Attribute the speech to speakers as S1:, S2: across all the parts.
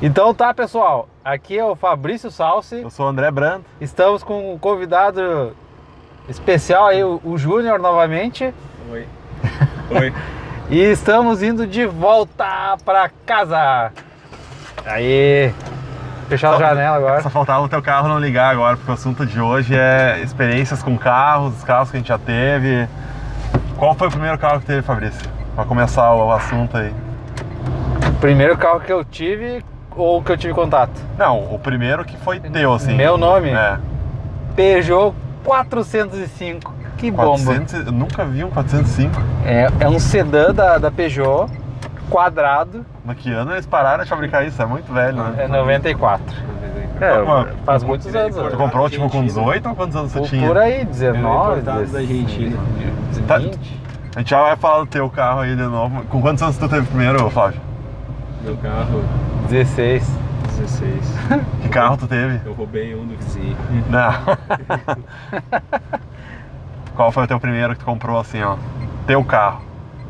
S1: Então tá, pessoal. Aqui é o Fabrício Salsi.
S2: Eu sou o André Brando.
S1: Estamos com um convidado especial aí, o, o Júnior novamente.
S3: Oi. Oi.
S1: E estamos indo de volta pra casa. Aí. Fechar a
S2: Só-
S1: janela agora.
S2: Só faltava o teu carro não ligar agora, porque o assunto de hoje é experiências com carros, os carros que a gente já teve. Qual foi o primeiro carro que teve, Fabrício? Pra começar o, o assunto aí.
S1: Primeiro carro que eu tive ou que eu tive contato?
S2: Não, o primeiro que foi teu, assim.
S1: Meu nome?
S2: É.
S1: Peugeot 405. Que bomba.
S2: 400, eu nunca vi um 405.
S1: É, é um sedã da, da Peugeot, quadrado,
S2: Mas que ano eles pararam de fabricar isso? É muito velho, né?
S1: é 94.
S2: Mano,
S1: É, faz muitos anos.
S2: Tu
S1: né?
S2: comprou, tipo, com 18 ou quantos anos você
S1: Por,
S2: tinha?
S1: por aí, 19,
S3: Menor É, da Argentina.
S1: 20.
S2: A gente já vai falar do teu carro aí de novo. Com quantos anos tu teve primeiro, Flávio?
S3: Meu carro,
S1: 16.
S3: 16.
S2: Que carro tu teve?
S3: Eu roubei um do vizinho.
S2: Não. Qual foi o teu primeiro que tu comprou assim, ó? Teu carro.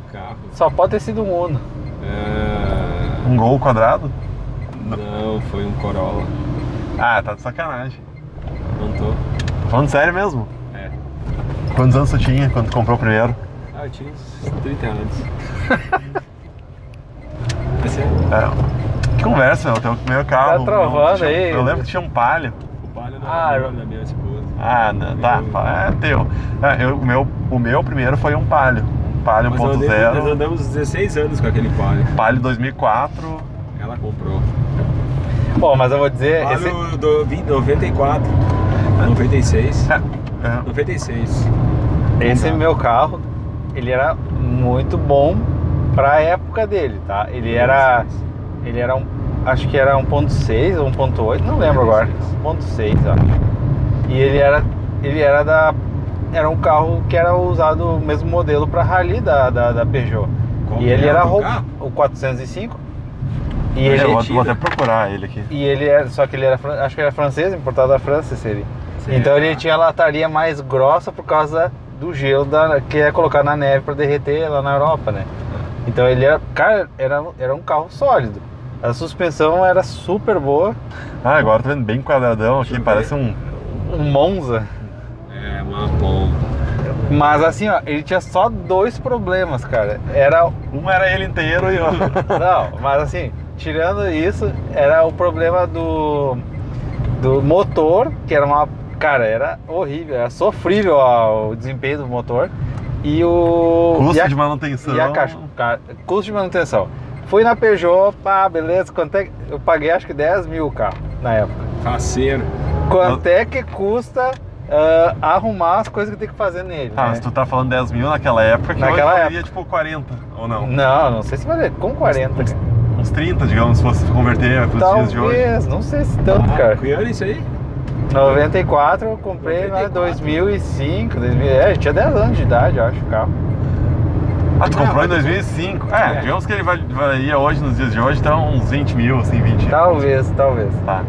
S3: O carro.
S1: Só pode ter sido um Uno.
S3: Ah,
S2: Um gol quadrado?
S3: não, foi um Corolla.
S2: Ah, tá de sacanagem.
S3: Não tô.
S2: Tô Falando sério mesmo?
S3: É.
S2: Quantos anos tu tinha quando tu comprou o primeiro?
S3: Ah, eu tinha uns 30 anos. Esse é
S2: É. Que conversa, meu. Teu primeiro
S3: Tá
S2: carro.
S1: trovando
S2: tinha-
S1: aí.
S2: Eu lembro que tinha um palio.
S3: o palho
S1: Ah,
S3: da
S1: eu-
S3: da minha esposa.
S2: Ah, não, tá.
S3: Eu-
S2: fala, É teu. É, eu- o, meu, o meu primeiro foi um palio. Um palio
S3: Mas eu andei- Nós
S2: 1.0.
S3: andamos 16 anos com aquele palho.
S2: Palio 2004.
S3: Ela comprou.
S1: Bom, mas eu vou dizer, É, esse,
S3: Palio do vi- 94, 96,
S2: É, é.
S3: 96.
S1: esse meu carro, ele era muito bom pra época dele, tá? Ele era, ele era um, acho que era 1.6 ou 1.8, não lembro agora. 1.6, acho. E ele era, ele era da, era um carro que era usado o mesmo modelo pra rally da, da, da Peugeot.
S3: Qual
S1: e
S3: que é
S1: ele era
S3: o
S1: rou-
S3: carro?
S1: o 405. E
S2: É, Eu
S1: ele,
S2: vou,
S3: tira.
S2: vou até procurar ele aqui.
S1: E ele era, só que ele era, fran- acho que ele era francês, importado da França, esse ele.
S3: Será?
S1: Então ele tinha a lataria mais grossa por causa do gelo da, que é colocar na neve para derreter lá na Europa, né? Então ele era, cara, era, era um carro sólido. A suspensão era super boa,
S2: Ah, agora tô vendo bem quadradão aqui,
S3: Deixa eu
S2: parece um.
S1: um Monza.
S3: É, uma bomba.
S1: Mas assim, ó, ele tinha só dois problemas, cara. Era
S2: Um era ele inteiro e o.
S1: Não, mas assim, tirando isso, era o problema do, do motor, que era uma. Cara, era horrível, era sofrível ó, o desempenho do motor. E o. e
S2: Custo
S1: a,
S2: de manutenção.
S1: e a caixa. Cara, custo de manutenção. Fui na Peugeot, pá, beleza. Quanto é, que- eu paguei acho que 10 mil o carro na época.
S3: Faceiro.
S1: Quanto é que custa ah, arrumar as coisas que tem que fazer nele?
S2: Tá,
S1: né?
S2: mas tu tá falando 10 mil naquela época, que
S1: Naquela
S2: hoje valia tipo 40, ou não?
S1: Não, não sei se vai com 40. cara.
S2: Uns 30, digamos, se fosse converter pros dias de hoje. Ah,
S1: Talvez, não sei se tanto, cara.
S3: Que ano é isso aí?
S1: 94 eu comprei né, lá em
S3: 94.
S1: 2005, 2000, é, eu tinha 10 anos de idade, eu acho, o carro.
S2: Ah, tu
S3: Não,
S2: comprou em
S3: mas-
S2: 2005. É,
S3: É.
S2: digamos que ele val- valia hoje, nos dias de hoje, então uns 20 mil, assim, 20.
S1: Talvez, talvez.
S2: Tá.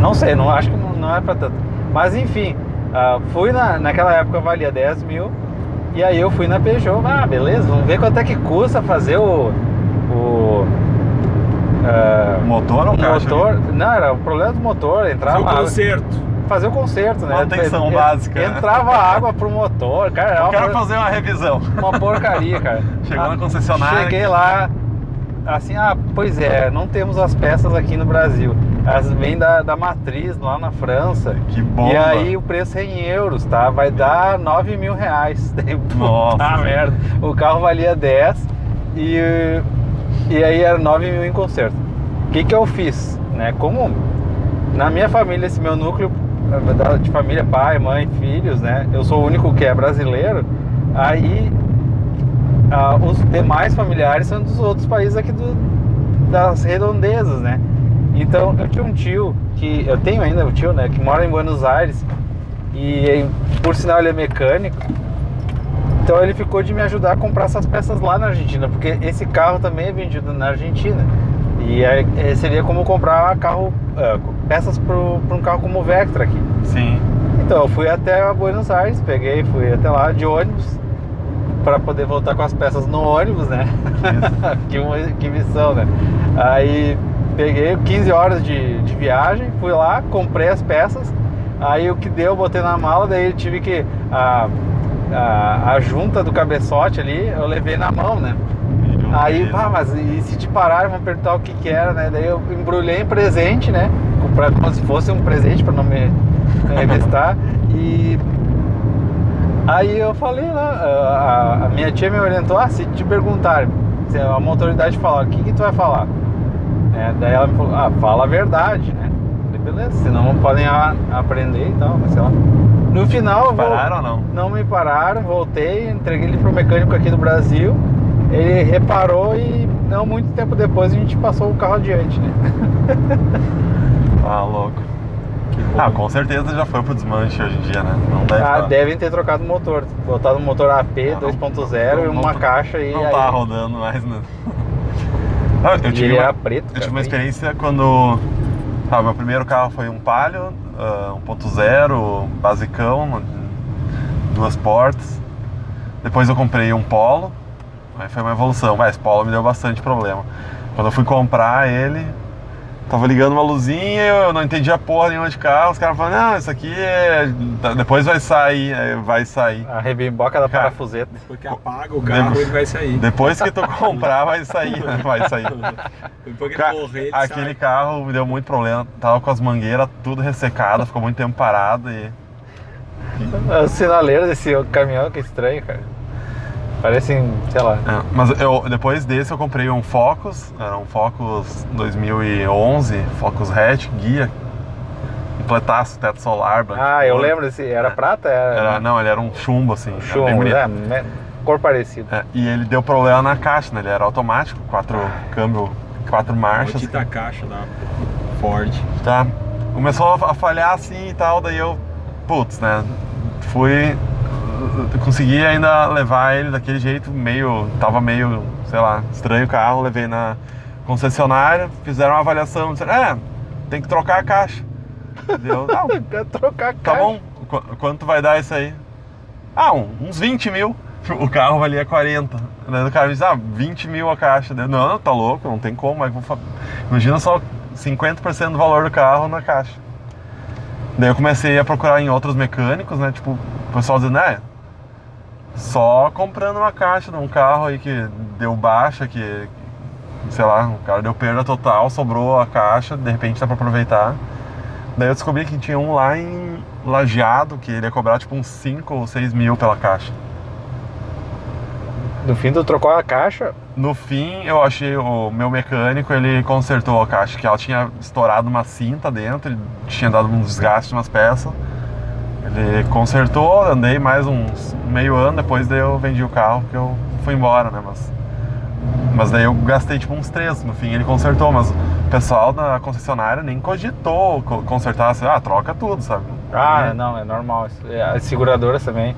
S1: Não sei, não acho que não, não é pra tanto. Mas enfim, ah, fui na, naquela época valia 10 mil, e aí eu fui na Peugeot, ah, beleza, vamos ver quanto é que custa fazer o. o ah,
S2: Motor ou
S1: o
S2: caixa?
S1: motor, não, era o problema do motor, entrar
S3: Fazer o
S1: uma água-
S3: concerto.
S1: fazer o conserto, né?
S2: Manutenção básica, né?
S1: Entrava água pro motor, cara, era
S2: Eu
S1: é uma
S2: quero
S1: coisa-
S2: fazer uma revisão.
S1: Uma porcaria, cara.
S2: Chegou
S1: Ah,
S2: na concessionária.
S1: Cheguei lá, assim, ah, pois é, não temos as peças aqui no Brasil. Elas vêm da, da matriz, lá na França.
S2: Que bomba.
S1: E aí o preço é em euros, tá? Vai dar 9 mil reais. Daí,
S2: Nossa.
S1: Puta merda. O carro valia 10 e, e aí era 9 mil em conserto. O que, que eu fiz? Né? Como na minha família, esse meu núcleo eh, de família, pai, mãe, filhos, né? Eu sou o único que é brasileiro. Aí ah, os demais familiares são dos outros países aqui do, das redondezas, né? Então eu tinha um tio que eu tenho ainda um tio, né, que mora em Buenos Aires e eh, por sinal ele é mecânico. Então ele ficou de me ajudar a comprar essas peças lá na Argentina, porque esse carro também é vendido na Argentina. E aí, eh, seria como comprar carro, ah, peças para um carro como o Vectra aqui.
S2: Sim.
S1: Então, eu fui até Buenos Aires, peguei, fui até lá de ônibus para poder voltar com as peças no ônibus, né? que, mo- que missão, né? Aí Peguei 15 horas de, de viagem, fui lá, comprei as peças, aí o que deu eu botei na mala, daí eu tive que. A, a, a junta do cabeçote ali, eu levei na mão, né? Aí, pá, mas e se te pararem, vão perguntar o que que era, né? Daí eu embrulhei em presente, né? Pra, como se fosse um presente pra não me arrebestar. e aí eu falei lá, a- a, a minha tia me orientou, ah, se te perguntarem, se a uma autoridade falar, o que que tu vai falar? Né? Daí ela me falou, ah, fala a verdade, né? Eu falei, beleza, senão podem a- aprender e tal, mas sei lá. No final, eu vou-
S2: Pararam ou não?
S1: não me pararam, voltei, entreguei ele pro mecânico aqui do Brasil. Ele reparou e não muito tempo depois a gente passou o carro adiante, né?
S2: Ah, louco. Ah, com certeza já foi pro desmanche hoje em dia, né? Não deve
S1: Ah,
S2: tá-
S1: devem ter trocado o motor, botado um motor AP
S2: Ah, não.
S1: 2.0 e
S2: Não, não
S1: uma
S2: tá-
S1: caixa e
S2: Não
S1: aí
S2: tá rodando mais, né? Ah, Eu
S1: e
S2: tive,
S1: ele era
S2: uma,
S1: preto.
S2: eu tive
S1: cara,
S2: uma
S1: bem-
S2: experiência quando. Ah, meu primeiro carro foi um Palio ah, 1.0, basicão, duas portas. Depois eu comprei um Polo, aí foi uma evolução, mas Polo me deu bastante problema. Quando eu fui comprar ele, tava ligando uma luzinha, eu não entendia porra nenhuma de carro, os caras falaram, não, isso aqui é. Depois vai sair, é, vai sair.
S1: A rebimboca da
S2: Cara.
S1: parafuseta.
S3: Porque apaga o carro e ele vai sair.
S2: Depois que tu comprar, vai sair, né? vai sair.
S3: Depois que
S2: Ca-
S3: ele morrer, ele
S2: aquele
S3: sai.
S2: carro me deu muito problema. Tava com as mangueiras tudo ressecada, ficou muito tempo parado e.
S1: O sinaleiro desse caminhão que é estranho, cara. Parecem, sei lá.
S2: É, mas eu, depois desse eu comprei um Focus, era um Focus 2011, Focus hatch, guia, completaço, teto solar. branco.
S1: Ah, eu lembro desse. Era prata? Era,
S2: Era, não, ele era um chumbo assim, era bem
S1: chumbo,
S2: bonito.
S1: né? Me- Cor parecida.
S2: É, e ele deu problema na caixa, né? ele era automático, quatro câmbio, quatro marchas.
S3: Aqui tá a caixa da Ford.
S2: tá? Começou a falhar assim e tal, daí eu, putz, né? Fui. eu Consegui ainda levar ele daquele jeito, meio. Tava meio, sei lá, estranho o carro, levei na concessionária, fizeram uma avaliação, disseram, é, tem que trocar a caixa. Deu, tá,
S1: Quer trocar a
S2: tá
S1: caixa.
S2: bom, qu- quanto vai dar isso aí? Ah, um- uns 20 mil. O carro valia 40. Daí o cara me diz, ah, 20 mil a caixa. Daí eu, não, tá louco, não tem como. mas vou fa- Imagina só 50% do valor do carro na caixa. Daí eu comecei a procurar em outros mecânicos, né? Tipo, o pessoal dizendo, né? Só comprando uma caixa de um carro aí que deu baixa, que, sei lá, o cara deu perda total, sobrou a caixa, de repente dá pra aproveitar. Daí eu descobri que tinha um lá em Lajeado, que ele ia cobrar tipo uns 5 ou 6 mil pela caixa.
S1: No fim, tu trocou a caixa.
S2: No fim, eu achei o meu mecânico, ele consertou a caixa, que ela tinha estourado uma cinta dentro, ele tinha dado um desgaste umas peças. Ele consertou, andei mais uns meio ano, depois daí eu vendi o carro, porque eu fui embora, né, mas... Mas daí eu gastei tipo uns três, no fim ele consertou, mas o pessoal da concessionária nem cogitou co- consertar, assim, ah, troca tudo, sabe?
S1: Ah,
S2: E-
S1: não, é normal. isso. É, As seguradoras também.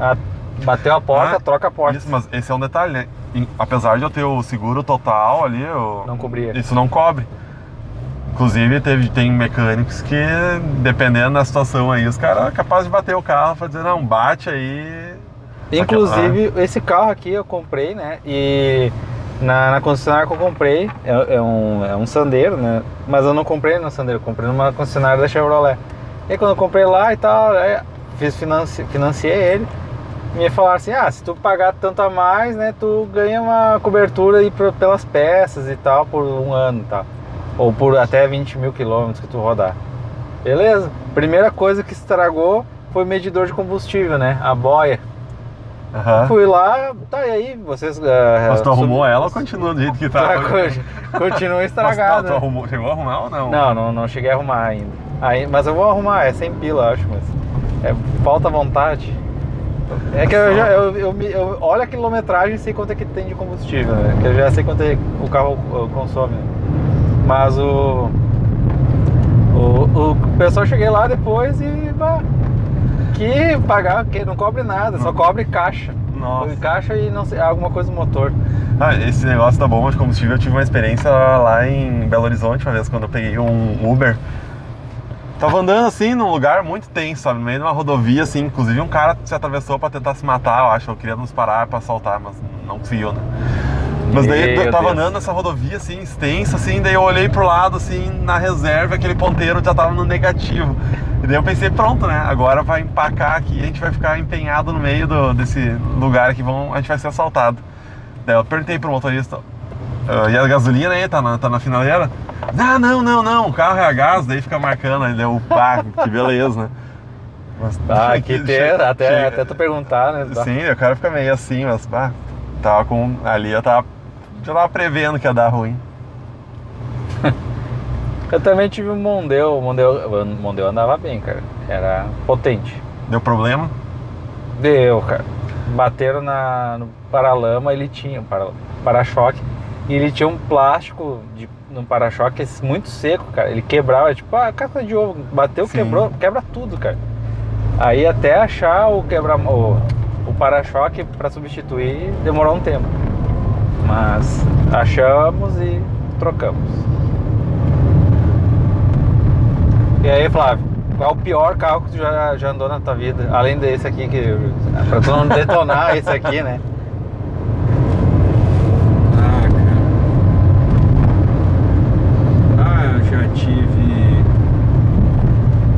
S1: Ah, bateu a porta,
S2: Ah,
S1: troca a porta.
S2: Isso, mas esse é um detalhe, né? Em- apesar de eu ter o seguro total ali, eu-
S1: Não cobria.
S2: isso não cobre. Inclusive, teve, tem mecânicos que, dependendo da situação aí, os caras são capazes de bater o carro pra dizer, não, bate aí.
S1: Inclusive, esse carro aqui eu comprei, né? E na, na concessionária que eu comprei, é, é um, é um Sandero, né? Mas eu não comprei no Sandero, eu comprei numa concessionária da Chevrolet. E aí, quando eu comprei lá e tal, aí fiz financi, financiei ele. Me falaram assim, ah, se tu pagar tanto a mais, né, tu ganha uma cobertura aí pro- pelas peças e tal, por um ano e tal. Ou por até 20 mil quilômetros que tu rodar. Beleza. Primeira coisa que estragou foi o medidor de combustível, né? A boia.
S2: Aham.
S1: Fui lá, tá, e aí, vocês. ah,
S2: Mas tu arrumou
S1: sub-
S2: ela ou continua do jeito que tá?
S1: Tá, co- continua
S2: Mas,
S1: estragada.
S2: não, tu arrumou, chegou a arrumar ou não?
S1: Não, não, não cheguei a arrumar ainda. Aí, mas eu vou arrumar, é sem pila, acho, mas. É, falta vontade. É que eu já. Eu, eu, me- eu- olha a quilometragem e sei quanto é que tem de combustível, né? Que eu já sei quanto é, o carro uh, consome. né? Mas o. O, o pessoal cheguei lá depois e. bah, que pagar, que não cobre nada, só cobre caixa.
S2: Nossa.
S1: Encaixa e não sei, alguma coisa no motor.
S2: Ah, esse negócio da bomba de combustível, eu tive uma experiência lá em Belo Horizonte uma vez, quando eu peguei um Uber. Tava andando assim num lugar muito tenso, sabe? No meio de uma rodovia, assim. Inclusive, um cara se atravessou pra tentar se matar, eu acho. Eu queria nos parar pra assaltar, mas não conseguiu, né? Mas daí
S1: Meu
S2: eu tava
S1: Deus.
S2: andando nessa rodovia assim, extensa, assim, daí eu olhei pro lado, assim, na reserva, aquele ponteiro já tava no negativo. E daí eu pensei, pronto, né? Agora vai empacar aqui, a gente vai ficar empenhado no meio do- desse lugar que vão, a gente vai ser assaltado. Daí eu perguntei pro motorista, "Ah, e a gasolina aí, tá na, tá na finaleira? Não, não, não, não, o carro é a gás, daí fica marcando, aí deu, pá, que beleza, né? Mas,
S1: Ah, que ter,
S2: chega-
S1: até,
S2: chega-
S1: até tu perguntar, né? Bah.
S2: Sim, o cara fica meio assim, mas bah, tava com. Ali eu tava. Já tava prevendo que ia dar ruim.
S1: Eu também tive um Mondeo, o Mondeo, o Mondeo andava bem, cara. Era potente.
S2: Deu problema?
S1: Deu, cara. Bateram na, no paralama, ele tinha um para- para-choque. E ele tinha um plástico de, no para-choque esse muito seco, cara. Ele quebrava, tipo, ah, casca de ovo. Bateu,
S2: Sim.
S1: quebrou, quebra tudo, cara. Aí até achar o quebra o, o para-choque pra substituir, demorou um tempo. Mas achamos e trocamos. E aí, Flávio, qual é o pior carro que tu já, já andou na tua vida? Além desse aqui, que pra tu não detonar esse aqui, né?
S3: Ah, cara. Ah, eu já tive.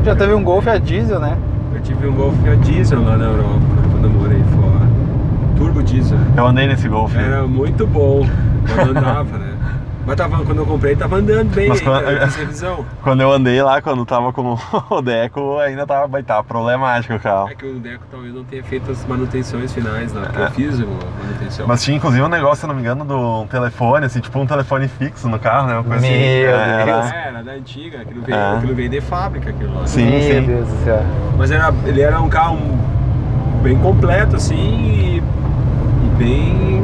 S1: Já teve um Golf a diesel, né?
S3: Eu tive um Golf a diesel lá na Europa, quando eu morei fora. Turbo diesel.
S2: Eu andei nesse golfe.
S3: Era muito bom quando andava, né? Mas tava, quando eu comprei, tava andando bem
S2: Mas
S3: ainda,
S2: quando-
S3: eu fiz revisão.
S2: Quando eu andei lá, quando tava com o Deco, ainda tava, vai, tava problemático o carro.
S3: É que o Deco talvez não tenha feito as manutenções finais lá, porque eu fiz a manutenção.
S2: É. Mas tinha inclusive um negócio, se não me engano, de um telefone, assim, tipo um telefone fixo no carro, né? Uma coisa assim.
S1: Meu
S2: É,
S1: Deus.
S2: Era...
S3: É, era da antiga, aquilo veio,
S2: É.
S3: aquilo veio de fábrica, aquilo lá.
S2: Sim,
S1: Meu
S2: sim.
S1: Deus do céu.
S3: Mas era, ele era um carro bem completo, assim, e, e bem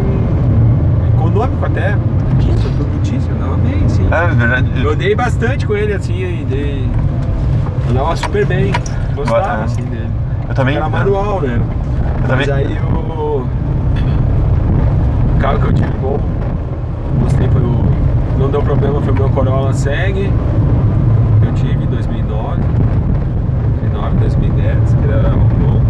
S3: econômico até. Diesel, tudo diesel, andava bem, sim.
S2: É, verdade.
S3: Eu andei bastante com ele, assim, e dei... andava super bem. Gostava,
S2: Bacana.
S3: assim, dele.
S2: Eu também.
S3: Era manual, né?
S2: Eu
S1: Tá
S3: Mas
S2: também.
S3: aí o... o carro que eu tive bom, gostei, foi o... Não deu problema, foi o meu Corolla Seg, que eu tive em 2009, 2009, 2010, que ele era bom.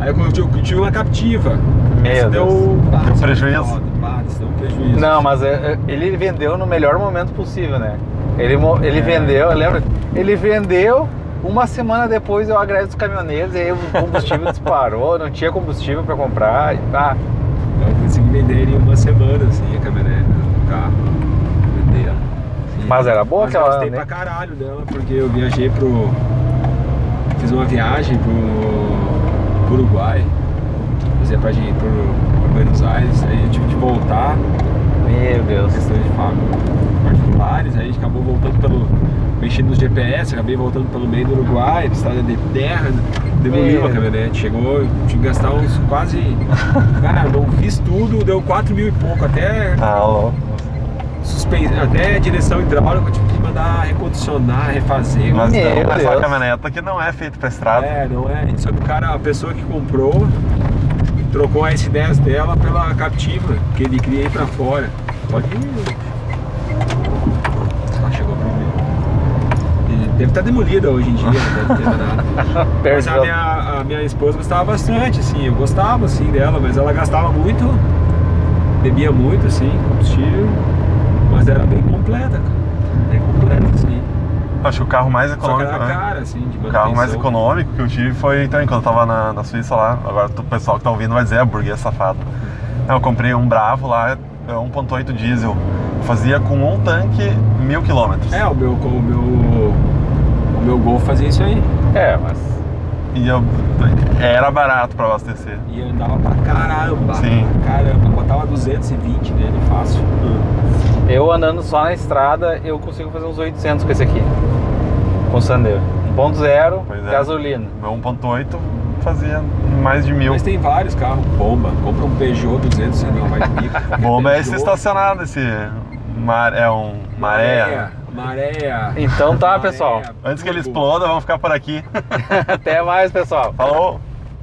S3: Aí eu eu tive- eu tive uma captiva.
S1: Meu
S3: Isso
S1: Deus.
S3: deu... Ah,
S2: Deu
S3: isso foi
S2: prejuízo?
S3: foda, pá, isso deu um prejuízo.
S1: Não, mas é, é, ele vendeu no melhor momento possível, né? Ele, mo- ele
S3: É.
S1: vendeu, lembra? Ele vendeu, uma semana depois eu agrego dos caminhoneiros, e aí o combustível disparou, não tinha combustível pra comprar. E, ah,
S3: Eu consegui vender ele em uma semana, assim, a caminhonete do carro. Vender ela. Sim.
S1: Mas era boa
S3: Mas
S1: aquela,
S3: gastei
S1: né?
S3: pra caralho dela, porque eu viajei pro. Fiz uma viagem pro, pro Uruguai. Fazer pra gente ir pro, pro Buenos Aires, aí eu tive que voltar,
S1: meu Deus.
S3: questões de fábrica particulares, aí a gente acabou voltando pelo. mexendo nos GPS, acabei voltando pelo meio do Uruguai, estrada de terra, demoliu
S1: Meu.
S3: a caminhonete, chegou, eu tive que gastar uns quase. Cara, eu fiz tudo, deu 4 mil e pouco, até
S2: Ah, louco.
S3: suspense, até direção hidráulica, eu tive que mandar recondicionar, refazer.
S2: Mas
S1: Meu
S2: então, essa
S1: Deus.
S2: caminhoneta que não é feita pra estrada.
S3: É, não é. Só que o cara, a pessoa que comprou, trocou a S10 dela pela captiva, que ele cria aí pra fora. Pode ir. Ah, chegou primeiro. E Deve estar demolida hoje em dia, não deve ter nada. Mas a
S1: Perdão.
S3: minha, a minha esposa gostava bastante, assim, eu gostava assim dela, mas ela gastava muito, bebia muito, assim, combustível, mas era bem completa, cara. Bem completa, assim.
S2: Acho que o carro mais
S3: Só que é
S2: econômico.
S3: era
S2: né?
S3: cara, assim, de
S2: O carro mais
S3: manutenção.
S2: econômico que eu tive foi também quando eu tava na, na Suíça lá. Agora o pessoal que tá ouvindo vai dizer, é burguês safado. Não, eu comprei um Bravo lá, é 1.8 diesel. Fazia com um tanque mil quilômetros.
S3: É, o meu, o meu, o meu Gol fazia isso aí.
S1: É, mas.
S2: E eu, era barato pra abastecer.
S3: E andava pra caramba.
S2: Sim.
S3: Caramba, botava 220 nele, fácil.
S1: Eu andando só na estrada, eu consigo fazer uns 800 com esse aqui. Com o Sandero. 1.0,
S2: Pois é.
S1: gasolina.
S2: Meu 1.8 fazia mais de mil.
S3: Mas tem vários carros, bomba. Compra um Peugeot 200, você não vai pica.
S2: Bom, mas esse
S3: Peugeot,
S2: estacionado, esse mar, é um maré.
S3: Maréia.
S1: Então tá,
S3: Maréia,
S1: pessoal.
S2: Antes que ele
S3: turbo.
S2: exploda, vamos ficar por aqui.
S1: Até mais, pessoal.
S2: Falou!